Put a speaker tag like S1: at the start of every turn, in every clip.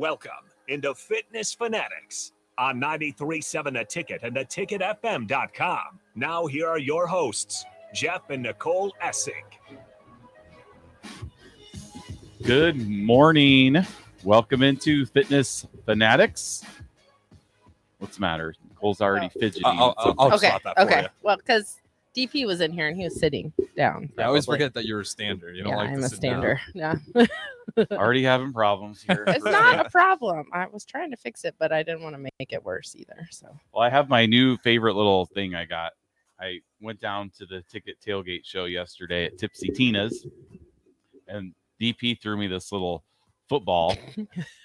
S1: Welcome into Fitness Fanatics on 937 The Ticket and theticketfm.com. Now, here are your hosts, Jeff and Nicole Essig.
S2: Good morning. Welcome into Fitness Fanatics. What's the matter? Nicole's already
S3: Uh,
S2: fidgeting.
S4: I'll, I'll, I'll
S3: okay.
S4: slot that for
S3: okay.
S4: you.
S3: Well, because DP was in here and he was sitting down.
S4: I always
S3: probably.
S4: forget that you're a stander. You don't
S3: yeah,
S4: like
S3: I'm
S4: to
S3: a
S4: sit down.
S3: stander. Yeah.
S2: already having problems here.
S3: It's not a problem. I was trying to fix it, but I didn't want to make it worse either. So
S2: Well, I have my new favorite little thing I got. I went down to the ticket tailgate show yesterday at Tipsy Tina's, and DP threw me this little football.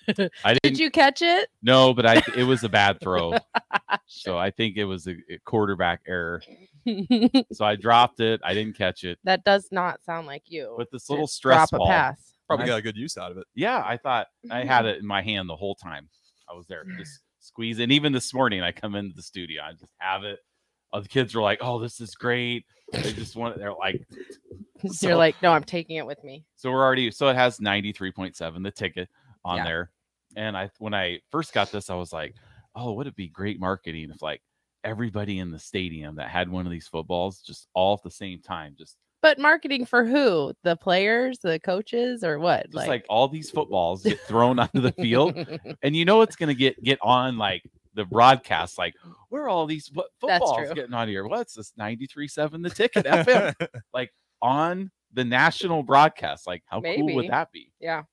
S2: I didn't
S3: did you catch it?
S2: know, but I it was a bad throw, so I think it was a a quarterback error. So I dropped it. I didn't catch it.
S3: that does not sound like you.
S2: But this little
S3: to
S2: stress
S3: drop
S2: ball.
S3: a pass. Mm-hmm.
S4: Probably
S2: I-
S4: got a good use out of it.
S2: Yeah, I thought I had it in my hand the whole time I was there. Just squeeze. And even this morning, I come into the studio, I just have it. Oh, the kids were like, "Oh, this is great." They just want. They're like, So-
S3: You're like, no, I'm taking it with me.
S2: so we're already. So it has ninety three point seven, the ticket on
S3: Yeah.
S2: there. And I, when I first got this, I was like, "Oh, would it be great marketing if like everybody in the stadium that had one of these footballs just all at the same time, just
S3: But marketing for who? The players, the coaches, or what?
S2: just like, all these footballs get thrown onto the field and you know it's gonna get get on like the broadcast like where are all these what
S3: That's
S2: footballs
S3: true.
S2: getting on here what's this 93.7 the ticket fm on the national broadcast like how cool
S3: Maybe.
S2: would that be
S3: yeah.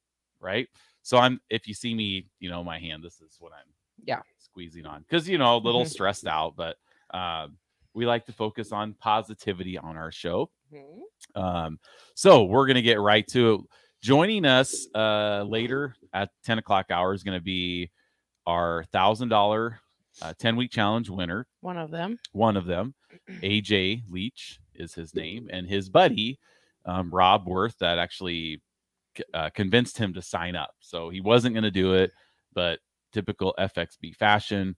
S2: right so i'm if you see me you know my hand this is what i'm
S3: Yeah.
S2: squeezing on because you know a little
S3: Mhm.
S2: stressed out but um we like to focus on positivity on our show
S3: Mhm.
S2: um, so we're gonna get right to it. Joining us uh, later at 10 o'clock hour is gonna be our thousand dollar uh, 10 week challenge winner.
S3: One of them.
S2: One of them, AJ Leach is his name, and his buddy um, Rob Worth that actually c- uh, convinced him to sign up. So he wasn't gonna do it, but typical FXB fashion.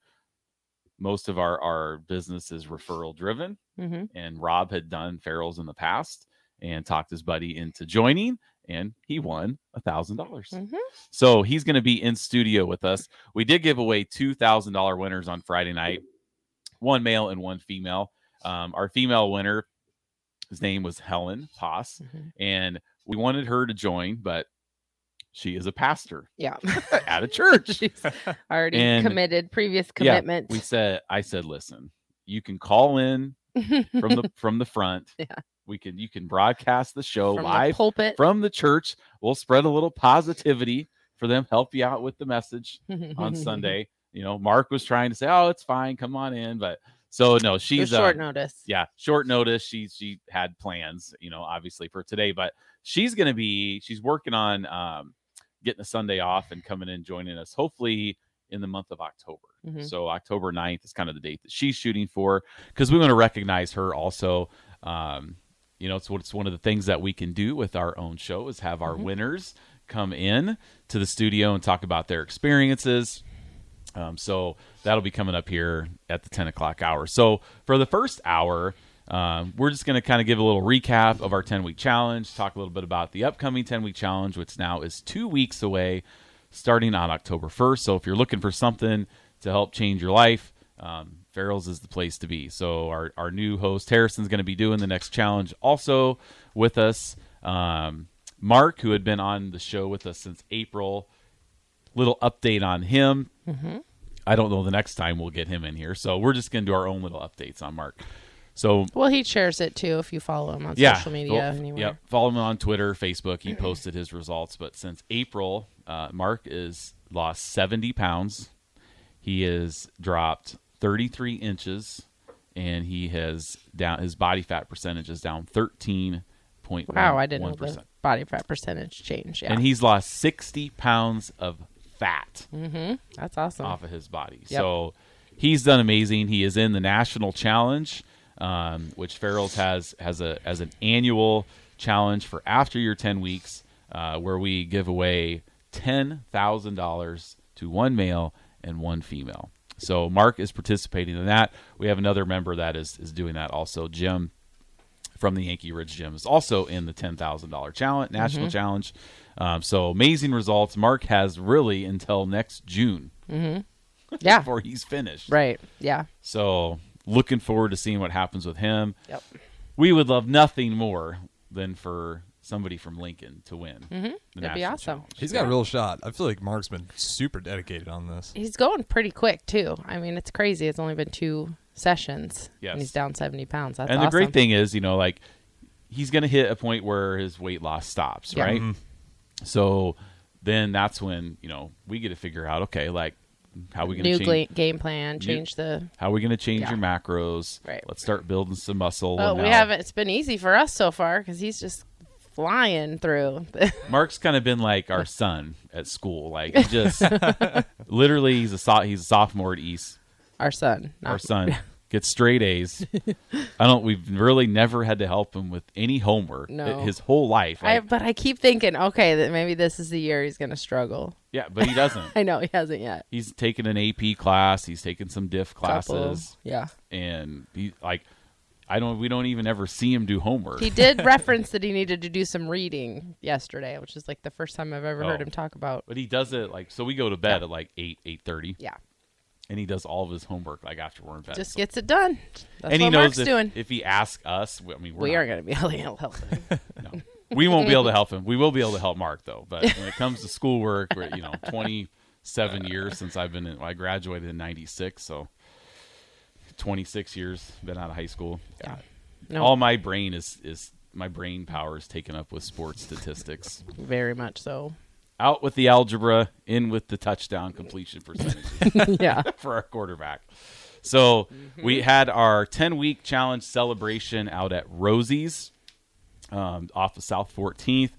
S2: Most of our our business is referral driven
S3: hmm
S2: and Rob had done Farrell's in the past and talked his buddy into joining, and he won a thousand dollars.
S3: Mhm.
S2: So he's going to be in studio with us. We did give away two thousand dollar winners on Friday night, one male and one female. Um, our female winner, his name was Helen Poss,
S3: Mhm.
S2: and we wanted her to join, but she is a pastor
S3: Yeah.
S2: at a church.
S3: She's already
S2: And-
S3: committed, previous
S2: Yeah,
S3: commitment.
S2: we said, I said, listen, you can call in from the from the front.
S3: Yeah.
S2: We can you can broadcast the show
S3: From the
S2: live
S3: pulpit.
S2: from the church. We'll spread a little positivity for them, help you out with the message on Sunday. You know, Mark was trying to say, "Oh, it's fine, come on in," but so no,
S3: It was
S2: she's
S3: short
S2: um,
S3: notice.
S2: yeah, short notice. She she had plans, you know, obviously for today, but she's gonna be she's working on um getting a Sunday off and coming in joining us hopefully in the month of October.
S3: Mhm.
S2: So October 9th is kind of the date that she's shooting for because we want to recognize her also. Um, you know, it's what it's one of the things that we can do with our own show is have our
S3: Mhm.
S2: winners come in to the studio and talk about their experiences. Um, so that'll be coming up here at the 10 o'clock hour. So for the first hour, um, we're just going to kind of give a little recap of our 10 week challenge, talk a little bit about the upcoming 10 week challenge, which now is two weeks away, starting on October 1st. So if you're looking for something to help change your life, um, Farrell's is the place to be. So our, our new host, Harrison's going to be doing the next challenge also with us. Um, Mark, who had been on the show with us since April, little update on him. I don't know the next time we'll get him in here. So we're just going to do our own little updates on Mark. So
S3: Well, he shares it too if you follow him on
S2: yeah,
S3: social
S2: go-
S3: media anywhere.
S2: yep, follow him on Twitter, Facebook. He posted his results, but since April, uh, Mark is lost 70 pounds. He has dropped 33 inches, and he has down his body fat percentage is down 13.1
S3: Wow, I didn't know the body fat percentage change. Yeah,
S2: And he's lost 60 pounds of fat
S3: that's awesome.
S2: off of his body.
S3: Yep.
S2: So he's done amazing. He is in the national challenge, um, which Farrell's has has a as an annual challenge for after your ten weeks, uh, where we give away ten thousand dollars to one male and one female. So Mark is participating in that. We have another member that is is doing that also. Jim from the Yankee Ridge Gym is also in the ten thousand dollar challenge national challenge. Um, so amazing results. Mark has really until next June
S3: Yeah.
S2: before he's finished.
S3: Right. Yeah.
S2: So looking forward to seeing what happens with him.
S3: Yep.
S2: We would love nothing more than for somebody from Lincoln to win. Mm-hmm.
S3: That'd be awesome.
S4: He's got a real shot. I feel like Mark's been super dedicated on this.
S3: He's going pretty quick too. I mean, it's crazy. It's only been two sessions.
S2: Yes.
S3: And he's down seventy pounds. That's
S2: and the
S3: awesome.
S2: great thing is, you know, like he's going to hit a point where his weight loss stops,
S3: Yeah.
S2: right? So then that's when you know we get to figure out, okay, like how we going
S3: New
S2: to
S3: gla-
S2: change.
S3: game plan. Change the.
S2: How we going to change
S3: Yeah.
S2: your macros?
S3: Right.
S2: Let's start building some muscle.
S3: But
S2: and
S3: we
S2: now-
S3: haven't. It's been easy for us so far because he's just flying through.
S2: Mark's kind of been like our son at school. Like he just literally, he's a so- he's a sophomore at East.
S3: Our son. Not,
S2: Our son gets straight A's. I don't. We've really never had to help him with any homework.
S3: No.
S2: His whole life.
S3: I,
S2: Like,
S3: but I keep thinking, okay, that maybe this is the year he's going to struggle.
S2: yeah, but he doesn't.
S3: I know he hasn't yet.
S2: he's taken an AP class. He's taken some diff classes,
S3: Couple. Yeah.
S2: and he like I don't. We don't even ever see him do homework.
S3: He did reference that he needed to do some reading yesterday, which is like the first time I've ever heard
S2: Oh.
S3: him talk about.
S2: but he does it like so. We go to bed at like eight eight thirty,
S3: Yeah.
S2: and he does all of his homework like after we're in bed.
S3: Just gets it done. That's
S2: and
S3: what
S2: he knows
S3: Mark's
S2: if,
S3: doing.
S2: if he asks us, we- I mean, we're
S3: we
S2: not-
S3: are going to be able to help him.
S2: we won't be able to help him. We will be able to help Mark though. But when it comes to schoolwork, we're, you know, twenty seven years since I've been. In, I graduated in ninety six, so twenty six years been out of high school.
S3: Yeah. No,
S2: All my brain is is my brain power is taken up with sports statistics.
S3: very much so.
S2: Out with the algebra, in with the touchdown completion percentages
S3: yeah.
S2: for our quarterback. So we had our ten week challenge celebration out at Rosie's, um, off of South Fourteenth.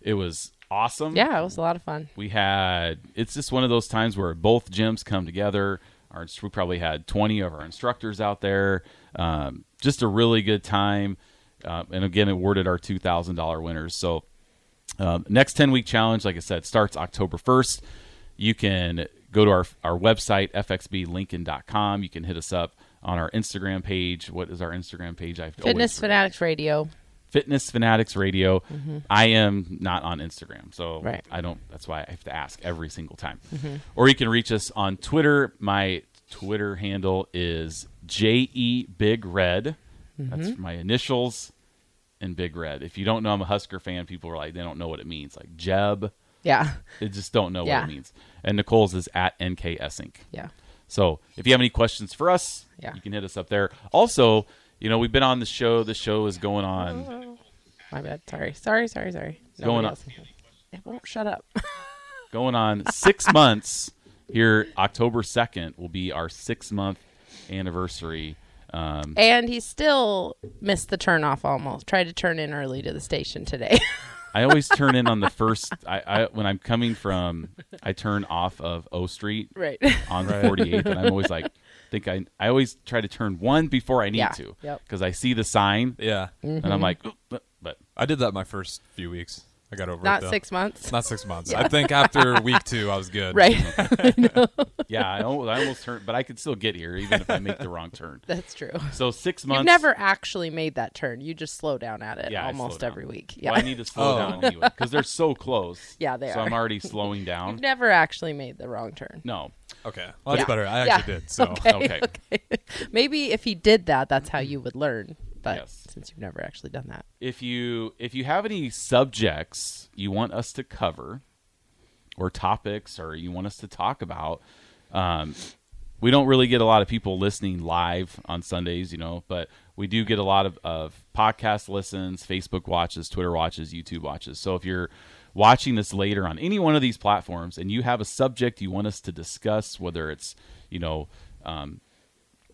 S2: It was awesome.
S3: Yeah, it was a lot of fun.
S2: We had it's just one of those times where both gyms come together. Our, inst- we probably had 20 of our instructors out there. Um, just a really good time. Uh, and again, awarded our $2,000 winners. So, um, next 10 week challenge, like I said, starts October 1st. You can go to our, our website, fxblincoln.com. You can hit us up on our Instagram page. What is our Instagram page? I've
S3: Fitness
S2: always-
S3: Fanatics Radio.
S2: Fitness Fanatics Radio. I am not on Instagram, so
S3: Mm-hmm. Right. Mm-hmm.
S2: I don't. That's why I have to ask every single time. Or you can reach us on Twitter. My Twitter handle is je big red.
S3: Mm-hmm.
S2: That's my initials and big red. If you don't know, I'm a Husker fan. People are like, they don't know what it means. Like Jeb,
S3: Yeah.
S2: they just don't know
S3: Yeah.
S2: what it means. And Nicole's is at NKSinc.
S3: Yeah.
S2: So if you have any questions for us,
S3: Yeah.
S2: you can hit us up there. Also, you know, we've been on the show. The show is going
S3: Oh,
S2: on.
S3: My bad. Sorry. Sorry. Sorry. Sorry. Nobody
S2: going on-
S3: else can hear. It won't shut up.
S2: going on six months here october 2nd will be our six month anniversary um,
S3: and he still missed the turn off almost. Tried to turn in early to the station today.
S2: i always turn in on the first I, I when i'm coming from i turn off of o street
S3: right.
S2: on the 48th and i'm always like think i i always try to turn one before i need
S3: Yeah.
S2: to
S3: Yep. Mm-hmm.
S2: because i see the sign
S4: Yeah.
S3: Mm.
S2: and i'm like "Oop," but, but
S4: I did that my first few weeks. I got over
S3: Not
S4: it. though.
S3: six months.
S4: Not six months. I think after week two, I was good.
S3: right.
S2: yeah I almost, I almost turn but i could still get here even if i make the wrong turn
S3: That's true.
S2: so six months
S3: You've never actually made that turn. You just slow down at it
S2: Yeah, I slow
S3: almost
S2: down.
S3: every week. Yeah.
S2: Well, I need to slow
S4: Oh.
S2: down anyway because they're so close.
S3: Yeah, they
S2: so
S3: are.
S2: I'm already slowing down.
S3: You've never actually made the wrong turn.
S2: No.
S4: Okay. Well, that's
S3: Yeah.
S4: better. I
S3: Yeah.
S4: actually did. So
S2: Okay.
S3: Maybe if he did that, that's how you would learn. But
S2: Yes.
S3: since you've never actually done that,
S2: If you if you have any subjects you want us to cover, or topics, or you want us to talk about, um, we don't really get a lot of people listening live on Sundays, you know, but we do get a lot of, of podcast listens, Facebook watches, Twitter watches, YouTube watches. So if you're watching this later on any one of these platforms and you have a subject you want us to discuss, whether it's, you know, um,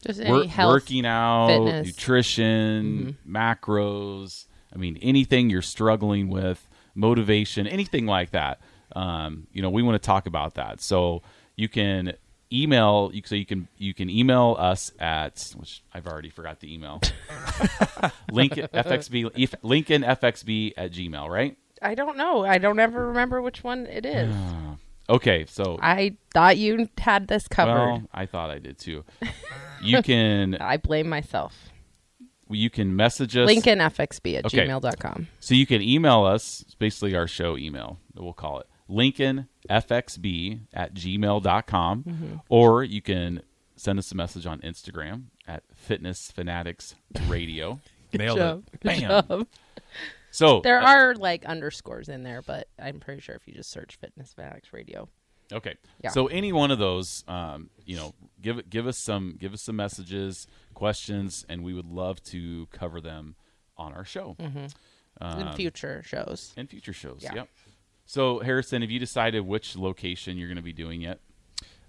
S3: just
S2: Wor-
S3: any health.
S2: working out,
S3: fitness. Mm-hmm.
S2: nutrition, macros. I mean, anything you're struggling with, motivation, anything like that. Um, you know, we want to talk about that. So you can email. You, so you can you can email us at which I've already forgot the email. Lincoln fxb if, Lincoln fxb at gmail. Right?
S3: I don't know. I don't ever remember which one it is.
S2: Okay. So
S3: I thought you had this covered.
S2: well, I thought I did too. You can
S3: I blame myself.
S2: you can message us.
S3: Lincoln FXB at
S2: Okay.
S3: gmail.com.
S2: So you can email us, it's basically our show email, we'll call it LincolnFXB at gmail.com,
S3: Mm-hmm.
S2: or you can send us a message on Instagram at Fitness Fanatics Radio.
S4: Nailed
S3: job.
S4: it.
S2: Bam. So uh,
S3: There are like underscores in there, but I'm pretty sure if you just search Fitness Fanatics Radio.
S2: Okay.
S3: Yeah.
S2: So any one of those, um, you know, give give us some give us some messages, questions, and we would love to cover them on our show
S4: Um,
S3: in future shows.
S2: and future shows.
S3: Mm-hmm. Yeah.
S2: Yep. So Harrison, have you decided which location you're going to be doing yet?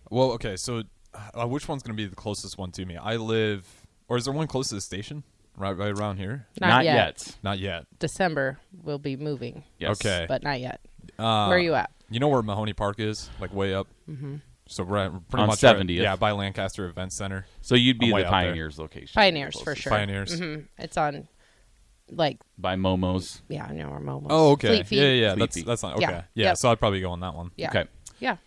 S4: Well, okay, so uh, which one's going to be the closest one to me? I live, or is there one close to the station? Right, right around here.
S3: Not, yet.
S4: Not yet.
S3: December we'll be moving,
S2: Yes.
S4: Okay.
S3: but not yet.
S4: Uh,
S3: Where are you at?
S4: You know where Mahoney Park is, like way up. Mm-hmm. So we're at pretty
S2: On
S4: much
S2: 70th.
S4: yeah, by Lancaster Event Center.
S2: So you'd
S4: I'm
S2: be
S4: way
S2: the
S4: out there.
S2: pioneers location.
S3: Pioneers for
S2: Closest.
S3: sure.
S4: Pioneers.
S3: Mhm. It's on, like
S2: By Momo's.
S3: yeah, I know where Momo's.
S4: Oh, okay.
S3: Fleet Feet.
S4: Yeah, yeah, yeah.
S2: Fleet
S4: That's
S2: Feet.
S4: that's not okay.
S3: Yeah.
S4: Yeah,
S3: Yep.
S4: so I'd probably go on that one.
S3: yeah.
S2: Okay.
S3: yeah.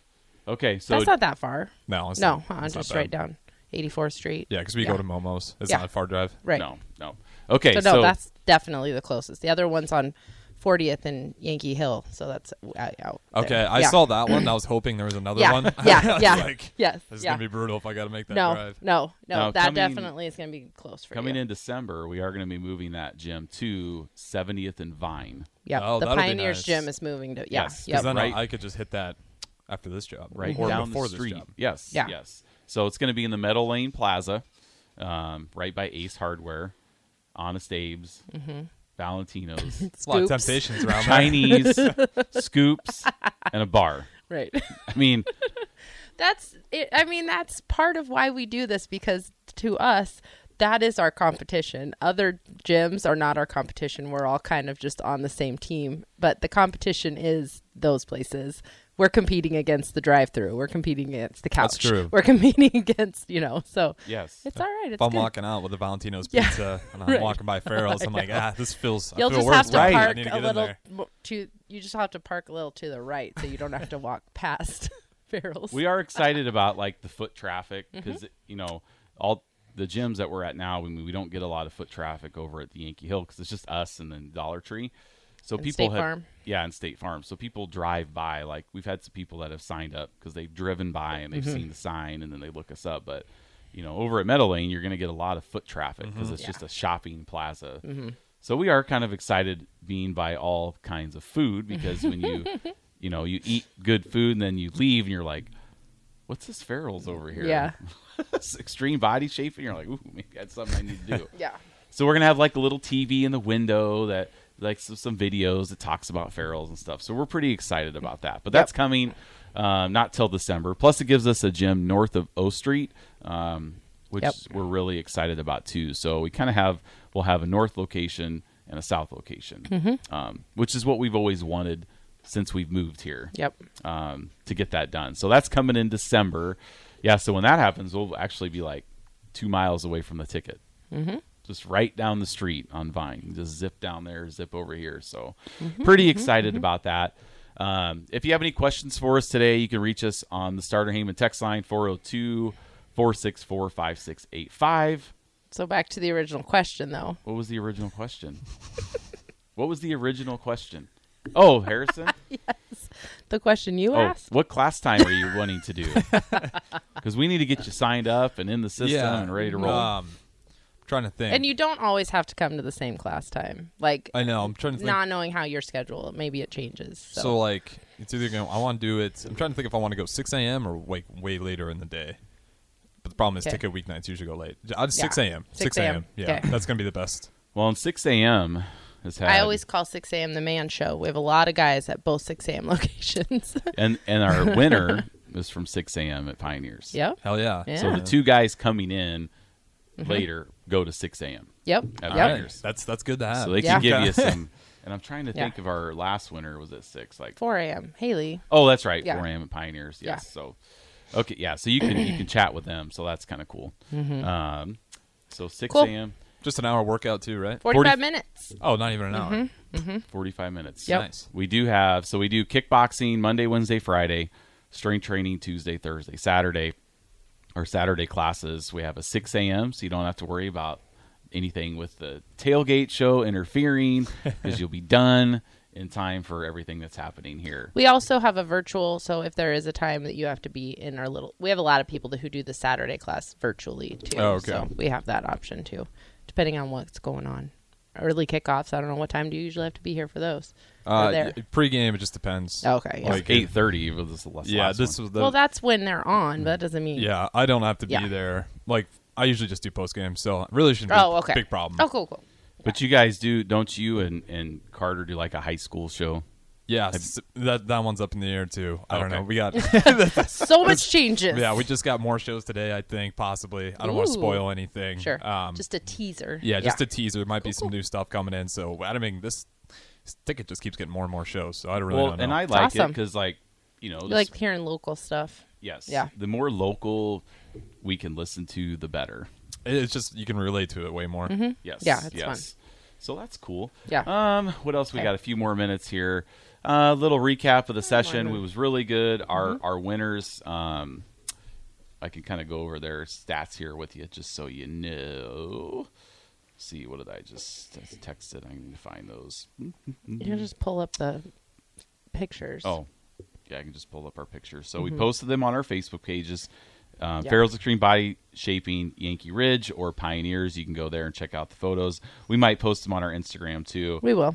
S2: Okay. So
S3: That's not that far.
S4: No, it's
S3: No,
S4: not,
S3: uh,
S4: it's not
S3: just
S4: bad.
S3: right down 84th Street.
S4: Yeah, because we
S3: Yeah.
S4: go to Momo's. It's
S3: Yeah.
S4: not a far drive.
S3: Right.
S2: no, no. Okay.
S3: So no, that's definitely the closest. The other one's on 40th and Yankee Hill, so that's out. out there.
S4: Okay, I
S3: Yeah. Mm.
S4: saw that one. I was hoping there was another
S3: yeah.
S4: one.
S3: Yeah, yeah,
S4: like,
S3: yes,
S4: This is
S3: yeah.
S4: gonna be brutal if I got to make that
S3: no,
S4: drive.
S3: no, no,
S2: Now,
S3: That
S2: coming-
S3: definitely is going to be close for
S2: coming
S3: you.
S2: in December, we are going to be moving that gym to 70th and Vine.
S3: Yep.
S4: Oh,
S3: the
S4: that'll be
S3: Pioneers
S4: nice.
S3: Gym is moving to. Yeah.
S2: Yes, 'cause
S3: yep.
S4: Because then
S2: Right.
S4: I, I could just hit that after this job,
S2: right
S4: Or
S2: down
S4: before
S2: the
S4: this
S2: street.
S4: job.
S2: Yes,
S3: Yeah.
S2: yes. So it's going to be in the Meadow Lane Plaza, um, right by Ace Hardware, Honest Abe's,
S3: Mm-hmm.
S2: Valentino's,
S4: There's a lot of
S3: Scoops.
S4: temptations around there.
S2: Chinese, Scoops, and a bar.
S3: Right.
S2: I mean,
S3: that's it. I mean, that's part of why we do this because to us, that is our competition. Other gyms are not our competition. We're all kind of just on the same team, but the competition is those places. We're competing against the drive-through. We're competing against the couch.
S4: That's true.
S3: We're competing against you know. So
S2: yes.
S3: it's all right. It's
S4: If I'm
S3: good.
S4: walking out with the Valentino's
S3: Yeah.
S4: pizza and I'm
S3: Right.
S4: walking by Farrell's, I'm like, ah, this feels. I
S3: You'll
S4: feel
S3: just
S4: worse
S3: have to
S4: right. I
S3: park
S4: need to
S3: a
S4: get in
S3: little
S4: there.
S3: mo- to. You just have to park a little to the right, so you don't have to walk past barrels.
S2: we are excited about like the foot traffic
S3: Mm-hmm.
S2: because you know all the gyms that we're at now we, we don't get a lot of foot traffic over at the yankee hill because it's just us and then dollar tree so
S3: And
S2: people
S3: State
S2: have
S3: Farm.
S2: yeah and state farm so people drive by like we've had some people that have signed up because they've driven by and they've
S3: Mm-hmm.
S2: seen the sign and then they look us up but you know over at meadow lane you're going to get a lot of foot traffic
S3: Mm-hmm.
S2: because it's just a shopping plaza so we are kind of excited being by all kinds of food because when you you know you eat good food and then you leave and you're like what's this ferals over here
S3: Yeah.
S2: It's extreme body shape and you're like ooh maybe that's something i need to do
S3: Yeah.
S2: so we're gonna have like a little tv in the window that like some, some videos that talks about ferals and stuff so we're pretty excited about that but that's coming um, not till december plus it gives us a gym north of o street um, which
S3: Yep.
S2: we're really excited about too so we kind of have we'll have a north location and a south location um, which is what we've always wanted since we've moved here
S3: Yep.
S2: um, to get that done. So that's coming in December. Yeah, so when that happens, we'll actually be like two miles away from the ticket. Mm-hmm. Just right down the street on Vine. Just zip down there, zip over here. So pretty excited about that. Um, if you have any questions for us today, you can reach us on the Starter Heyman text line 402 464 5685.
S3: So back to the original question, though.
S2: What was the original question? what was the original question? Oh, Harrison?
S3: The question
S4: Oh.
S3: you asked.
S2: Oh, what class time are you wanting to do? Because we need to get you signed up and in the system
S4: Yeah.
S2: and ready to roll.
S3: Uh,
S4: Um, trying to think.
S3: And you don't always have to come to the same class time. Like
S4: I know. I'm trying to think.
S3: not knowing how your schedule, maybe it changes. So,
S4: so. like, it's either going. to I want to do it. I'm trying to think if I want to go 6 a.m. or like way later in the day. But the problem is,
S3: Okay.
S4: ticket weeknights usually go late. Uh, 6
S3: Yeah.
S4: a.m.
S3: 6
S4: a.m. Yeah,
S3: Okay.
S4: that's gonna be the best.
S2: well, and 6 a.m. has had,
S3: I always call 6 a.m. the man show. We have a lot of guys at both 6 a.m. locations.
S2: and, and our winner is from 6 a.m. at Pioneers.
S3: yep.
S4: Hell yeah.
S3: Oh. Yeah.
S2: So the two guys coming in
S3: Mm-hmm.
S2: later go to 6 a.m.
S3: Yep.
S2: at
S3: yep.
S4: All right.
S2: Pioneers.
S4: That's that's good to have.
S2: So they
S3: Yeah.
S2: can give you some. And I'm trying to
S3: Yeah.
S2: think of our last winner was at 6. Like,
S3: 4 a.m. Haley.
S2: Oh, that's right.
S3: Yeah.
S2: 4 a.m. at Pioneers.
S3: Yeah.
S2: Yes. So, okay, yeah. So you can you can chat with them. So that's kind of cool. Um, so 6
S3: Mm-hmm. Cool.
S2: a.m.
S4: Just an hour workout too, right?
S3: 45
S2: 40
S3: minutes.
S4: Oh, not even an hour.
S3: Mm-hmm.
S2: 45 minutes.
S3: Yep.
S4: Nice.
S2: We do have, so we do kickboxing Monday, Wednesday, Friday, strength training Tuesday, Thursday, Saturday, our Saturday classes. We have a 6 a.m., so you don't have to worry about anything with the tailgate show interfering because you'll be done in time for everything that's happening here.
S3: We also have a virtual, so if there is a time that you have to be in our little, we have a lot of people that, who do the Saturday class virtually too.
S4: Oh, okay.
S3: So we have that option too, depending on what's going on. Early kickoffs. I don't know what time do you usually have to be here for those. Or
S4: Uh,
S3: there. Oh,
S4: y- Pre-game, it just depends.
S3: Okay, yeah.
S2: Like eight thirty was this last.
S4: Yeah,
S2: last
S4: this
S2: one.
S4: was the.
S3: well, that's when they're on, but that doesn't mean.
S4: yeah, I don't have to
S3: Yeah.
S4: be there. Like I usually just do post-game, so it really shouldn't. be
S3: Oh,
S4: a
S3: okay.
S4: Big problem.
S3: Oh, cool, cool.
S2: But you guys do, don't you? And and Carter do like a high school show.
S4: Yeah, s- that that one's up in the air too. I don't
S2: Okay.
S4: know. We got.
S3: So much changes.
S4: yeah, we just got more shows today. I think possibly. I don't want
S3: Ooh.
S4: to spoil anything.
S3: sure.
S4: Um,
S3: just a teaser.
S4: yeah, just a teaser. There might be some
S3: cool.
S4: new stuff coming in. So I mean, this, this ticket just keeps getting more and more shows. So I don't really
S2: well,
S4: don't know.
S2: and I like it 'cause it
S3: awesome.
S2: because like you know,
S3: You
S2: the
S3: like hearing local stuff.
S2: Yes.
S3: Yeah.
S2: The more local we can listen to, the better.
S4: it's just you can relate to it way more.
S3: Mm-hmm.
S2: Yes.
S3: Yeah, it's
S2: yes. So that's cool.
S3: Yeah.
S2: Um, what else? We
S3: Okay.
S2: got a few more minutes here. A uh, little recap of the session.
S3: minute.
S2: It was really good. Our
S3: Mm-hmm.
S2: our winners. Um, I can kind of go over their stats here with you, just so you know. See, what did I just that's texted? I need to find those.
S3: You
S4: Mm-hmm.
S3: know, just pull up the pictures. Mm-hmm.
S2: Oh, yeah, I can just pull up our pictures. So we posted them on our Facebook pages. Uh,
S3: Yeah.
S2: Farrell's Extreme Body Shaping Yankee Ridge or Pioneers. You can go there and check out the photos. We might post them on our Instagram too.
S3: we will.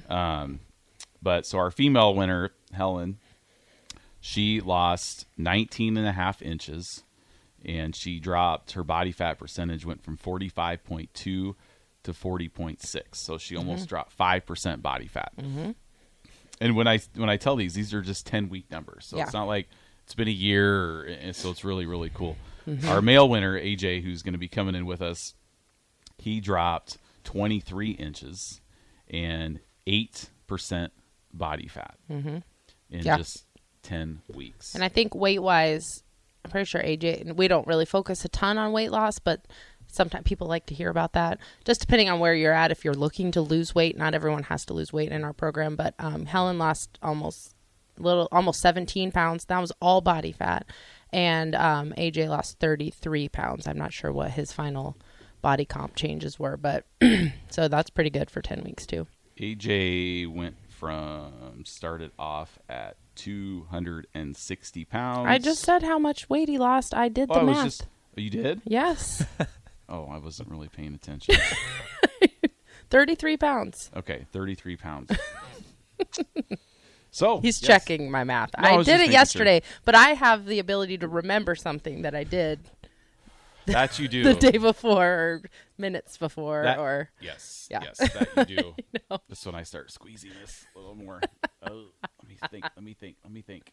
S2: But so our female winner, Helen, she lost 19 and a half inches and she dropped her body fat percentage went from 45.2 to 40.6. So she almost dropped 5% body fat. And when I when I tell these these are just 10 week numbers. So it's
S3: Yeah.
S2: not like it's been a year and so it's really really cool. Our male winner, AJ, who's going to be coming in with us, he dropped 23 inches and 8% body fat in
S3: Mm-hmm. Yeah.
S2: just 10 weeks.
S3: And I think weight wise, I'm pretty sure AJ and we don't really focus a ton on weight loss, but sometimes people like to hear about that. Just depending on where you're at, if you're looking to lose weight, not everyone has to lose weight in our program, but um, Helen lost almost little almost 17 pounds. That was all body fat, and um, AJ lost 33 pounds. I'm not sure what his final body comp changes were, but so that's pretty good for 10 weeks too.
S2: AJ went from started off at 260 pounds.
S3: I just said how much weight he lost. I did
S2: oh,
S3: the
S2: I was
S3: math.
S2: just you did?
S3: Yes,
S2: Oh, I wasn't really paying attention.
S3: 33 pounds.
S2: Okay, 33 pounds. so
S3: He's
S2: yes.
S3: checking my math.
S2: No, I
S3: I
S2: was
S3: did
S2: just
S3: it
S2: making sure.
S3: yesterday, but I have the ability to remember something that I did
S2: That you do.
S3: the day before or minutes before
S2: That-
S3: or
S2: Yes.
S3: Yeah.
S2: Yes, that you do. That's when I start squeezing this a little more. oh, let me think. Let me think. Let me think.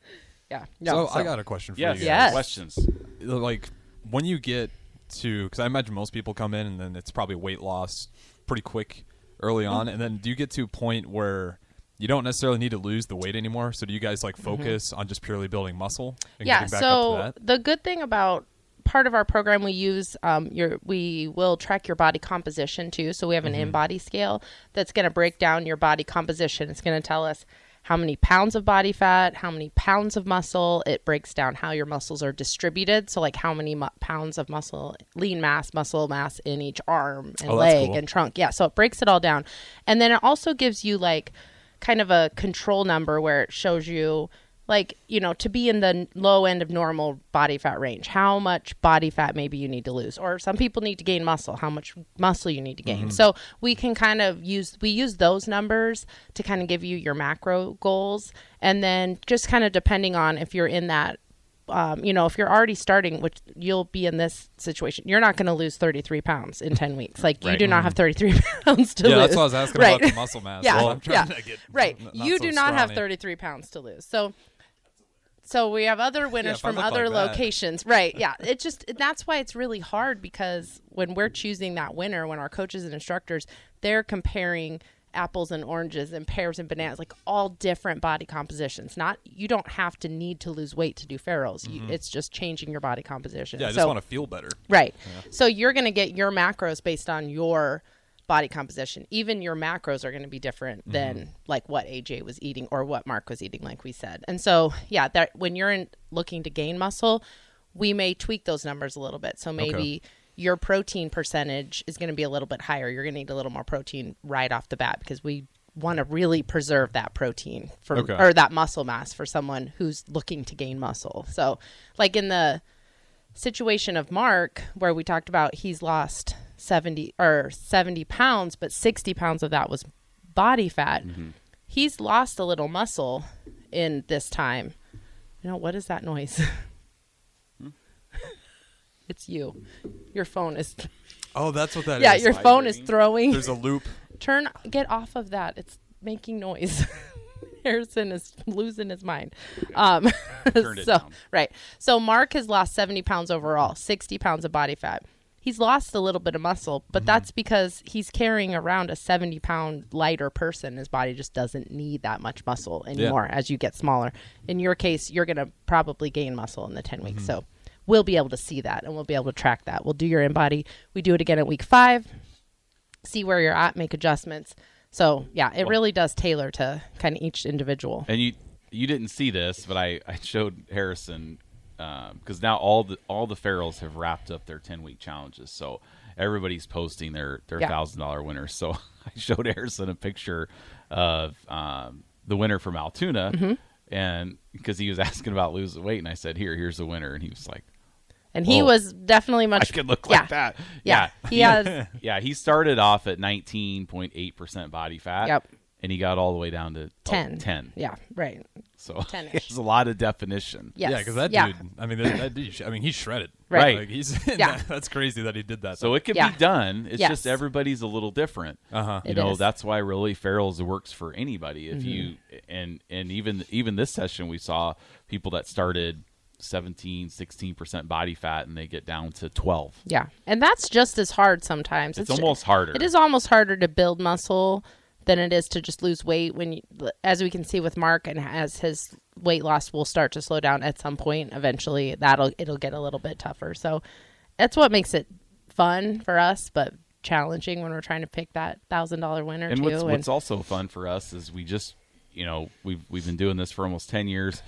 S3: yeah. No,
S4: so, I got a question for
S2: Yes.
S4: you.
S3: Yes.
S2: Questions.
S4: like when you get to because I imagine most people come in and then it's probably weight loss pretty quick early
S3: Mm-hmm.
S4: on, and then do you get to a point where you don't necessarily need to lose the weight anymore? So do you guys like focus on just purely building muscle and
S3: Mm-hmm. yeah.
S4: getting back
S3: So
S4: up to that?
S3: the good thing about part of our program we use um, your we will track your body composition too. So we have an
S4: Mm-hmm.
S3: in body scale that's going to break down your body composition. It's going to tell us how many pounds of body fat, how many pounds of muscle. It breaks down how your muscles are distributed. So like how many mu- pounds of muscle, lean mass, muscle mass in each arm and
S4: Oh, that's
S3: leg
S4: cool.
S3: and trunk. Yeah. So it breaks it all down, and then it also gives you like kind of a control number where it shows you like you know to be in the n- low end of normal body fat range how much body fat maybe you need to lose or some people need to gain muscle how much muscle you need to gain so we can kind of use we use those numbers to kind of give you your macro goals and then just kind of depending on if you're in that um, you know, if you're already starting, which you'll be in this situation, you're not going to lose 33 pounds in 10 weeks. Like you
S2: Right.
S3: do not have 33 pounds to
S4: Mm-hmm. yeah,
S3: lose.
S4: that's what I was asking
S3: right.
S4: about the muscle mass.
S3: Yeah,
S4: Well, I'm trying
S3: yeah.
S4: to get
S3: right.
S4: n-
S3: you
S4: so
S3: do not have
S4: scrawny.
S3: 33 pounds to lose. So, so we have other winners
S4: if I
S3: from
S4: look
S3: other
S4: like that.
S3: locations. Right. Yeah. It just, that's why it's really hard because when we're choosing that winner, when our coaches and instructors, they're comparing apples and oranges and pears and bananas, like all different body compositions. Not, you don't have to need to lose weight to do ferals. You It's just changing your body composition.
S4: Mm-hmm. Yeah, I just
S3: So-
S4: want to feel better.
S3: Right. So you're going to get your macros based on your body composition. Even your macros are going to be different than like what AJ was eating or what Mark was eating like we said. And so, yeah, that when you're in looking to gain muscle, we may tweak those numbers a little bit. So maybe your protein percentage is going to be a little bit higher. You're going to need a little more protein right off the bat because we want to really preserve that protein for
S4: Okay.
S3: or that muscle mass for someone who's looking to gain muscle. So, like in the situation of Mark, where we talked about he's lost 70 or 70 pounds, but 60 pounds of that was body fat.
S4: Mm-hmm.
S3: He's lost a little muscle in this time. You know, what is that noise?
S4: Hmm?
S3: it's you. Your phone is,
S4: Oh, that's what that is.
S3: yeah, your phone is throwing.
S4: There's a loop.
S3: Turn, get off of that. It's making noise. Harrison is losing his mind. Um,
S2: Turned it
S3: so
S2: down.
S3: right. So Mark has lost 70 pounds overall, 60 pounds of body fat. He's lost a little bit of muscle,
S2: Mhm.
S3: but that's because he's carrying around a 70 pound lighter person. His body just doesn't need that much muscle anymore as you get smaller. In your case, you're going to probably gain muscle in the 10 weeks.
S2: Mm-hmm.
S3: So we'll be able to see that and we'll be able to track that. We'll do your in body. We do it again at week five, see where you're at, make adjustments. So yeah, it really does tailor to kind of each individual.
S2: And you you didn't see this, but I, I showed Harrison because now all the all the ferals have wrapped up their ten week challenges, so everybody's posting their their
S3: Yeah.
S2: thousand dollar winners. So I showed Harrison a picture of um, the winner from Altoona,
S3: Mm-hmm.
S2: and because he was asking about losing weight, and I said, "Here, here's the winner," and he was like,
S3: And he
S2: Whoa.
S3: was definitely
S2: oh, "I
S3: much
S2: could look
S3: yeah.
S2: like that."
S3: Yeah. He has
S2: Yeah, Oh, he started off at 19.8% body fat.
S3: Yep.
S2: And he got all the way down to oh,
S3: 10.
S2: 10.
S3: Yeah, right.
S2: So
S3: 10-ish.
S2: it's a lot of definition.
S3: Yes.
S4: Yeah, because that
S3: yeah.
S4: dude. I mean, that, that dude. I mean, he's shredded.
S3: Right.
S2: Right.
S4: Like, he's.
S3: Yeah.
S4: that- that's crazy that he did that.
S2: So it can
S3: Yeah.
S2: be done. It's
S3: Yes.
S2: just everybody's a little different.
S4: Uh huh.
S2: You
S3: It
S2: know,
S3: is. Mm-hmm.
S2: that's why really ferals works for anybody. If you and and even even this session we saw people that started 17, 16% body fat and they get down to 12.
S3: Yeah. And that's just as hard sometimes.
S2: It's almost harder.
S3: It is almost harder to build muscle than it is to just lose weight when you, as we can see with Mark and as his weight loss will start to slow down at some point eventually that'll it'll get a little bit tougher. So that's what makes it fun for us but challenging when we're trying to pick that $1000 winner
S2: and
S3: too
S2: what's,
S3: and
S2: what's also fun for us is we just you know we've we've been doing this for almost 10 years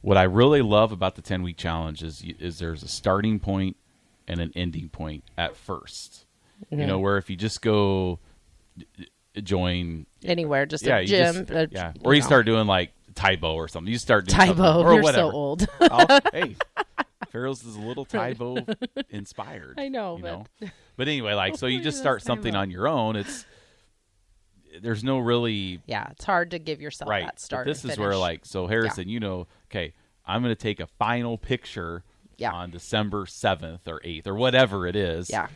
S2: what i really love about the 10 week challenge is you- is there's a starting point and an ending point at 1st
S3: Mm-hmm.
S2: you know where if you just go d- d- join
S3: anywhere just
S2: yeah
S3: a
S2: you
S3: gym
S2: just-
S3: a-
S2: yeah or you
S3: know.
S2: start doing like Taibo or something. You start doing something-
S3: Tybo,
S2: or
S3: you're
S2: whatever.
S3: so old.
S2: I'll- hey, Farrell's is a little Tybo inspired.
S3: I know,
S2: you
S3: but-
S2: know? but anyway, like so, you
S3: You're
S2: just
S3: just
S2: start something
S3: Tybo.
S2: on your own. It's there's no really
S3: yeah, it's hard to give yourself
S2: right.
S3: that
S2: but
S3: start.
S2: this
S3: and
S2: is where
S3: finish.
S2: like so Harrison, you know, okay, I'm going to take a final picture
S3: Yeah.
S2: on December seventh or eighth or whatever it is.
S3: Yeah.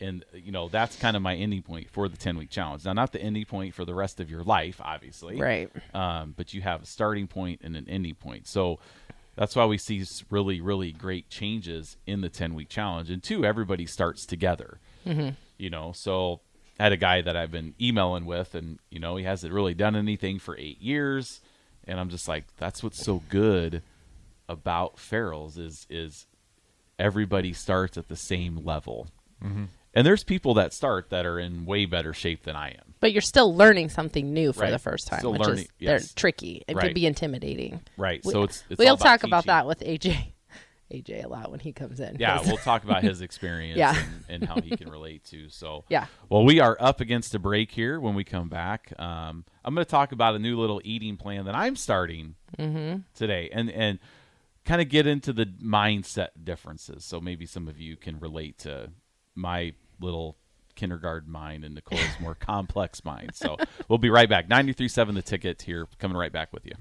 S2: And you know that's kind of my ending point for the ten week challenge. Now, not the ending point for the rest of your life, obviously,
S3: right,
S2: um, but you have a starting point and an ending point. So that's why we see s- really, really great changes in the 10 week challenge. And two, everybody starts together.
S3: Mm-hmm.
S2: You know, so I had a guy that I've been emailing with, and, you know, he hasn't really done anything for eight years. And I'm just like, that's what's so good about ferals is, is everybody starts at the same level.
S3: Mm-hmm.
S2: And there's people that start that are in way better shape than I am.
S3: but you're still learning something new for
S2: Right.
S3: the first time,
S2: Still
S3: which
S2: learning,
S3: is they're
S2: yes.
S3: tricky. It
S2: Right.
S3: could be intimidating.
S2: Right.
S3: We-
S2: so it's, it's
S3: we'll
S2: all
S3: talk about
S2: teaching.
S3: that with AJ, AJ a lot when he comes in.
S2: Yeah,
S3: 'cause-
S2: we'll talk about his experience
S3: Yeah.
S2: and, and how he can relate to. So
S3: Yeah.
S2: Well, we are up against a break here. When we come back, um, I'm going to talk about a new little eating plan that I'm starting
S3: Mm-hmm.
S2: today, and and kind of get into the mindset differences. So maybe some of you can relate to my little kindergarten mind and Nicole's more complex mind. So we'll be right back. 93.7 The Ticket here, coming right back with you.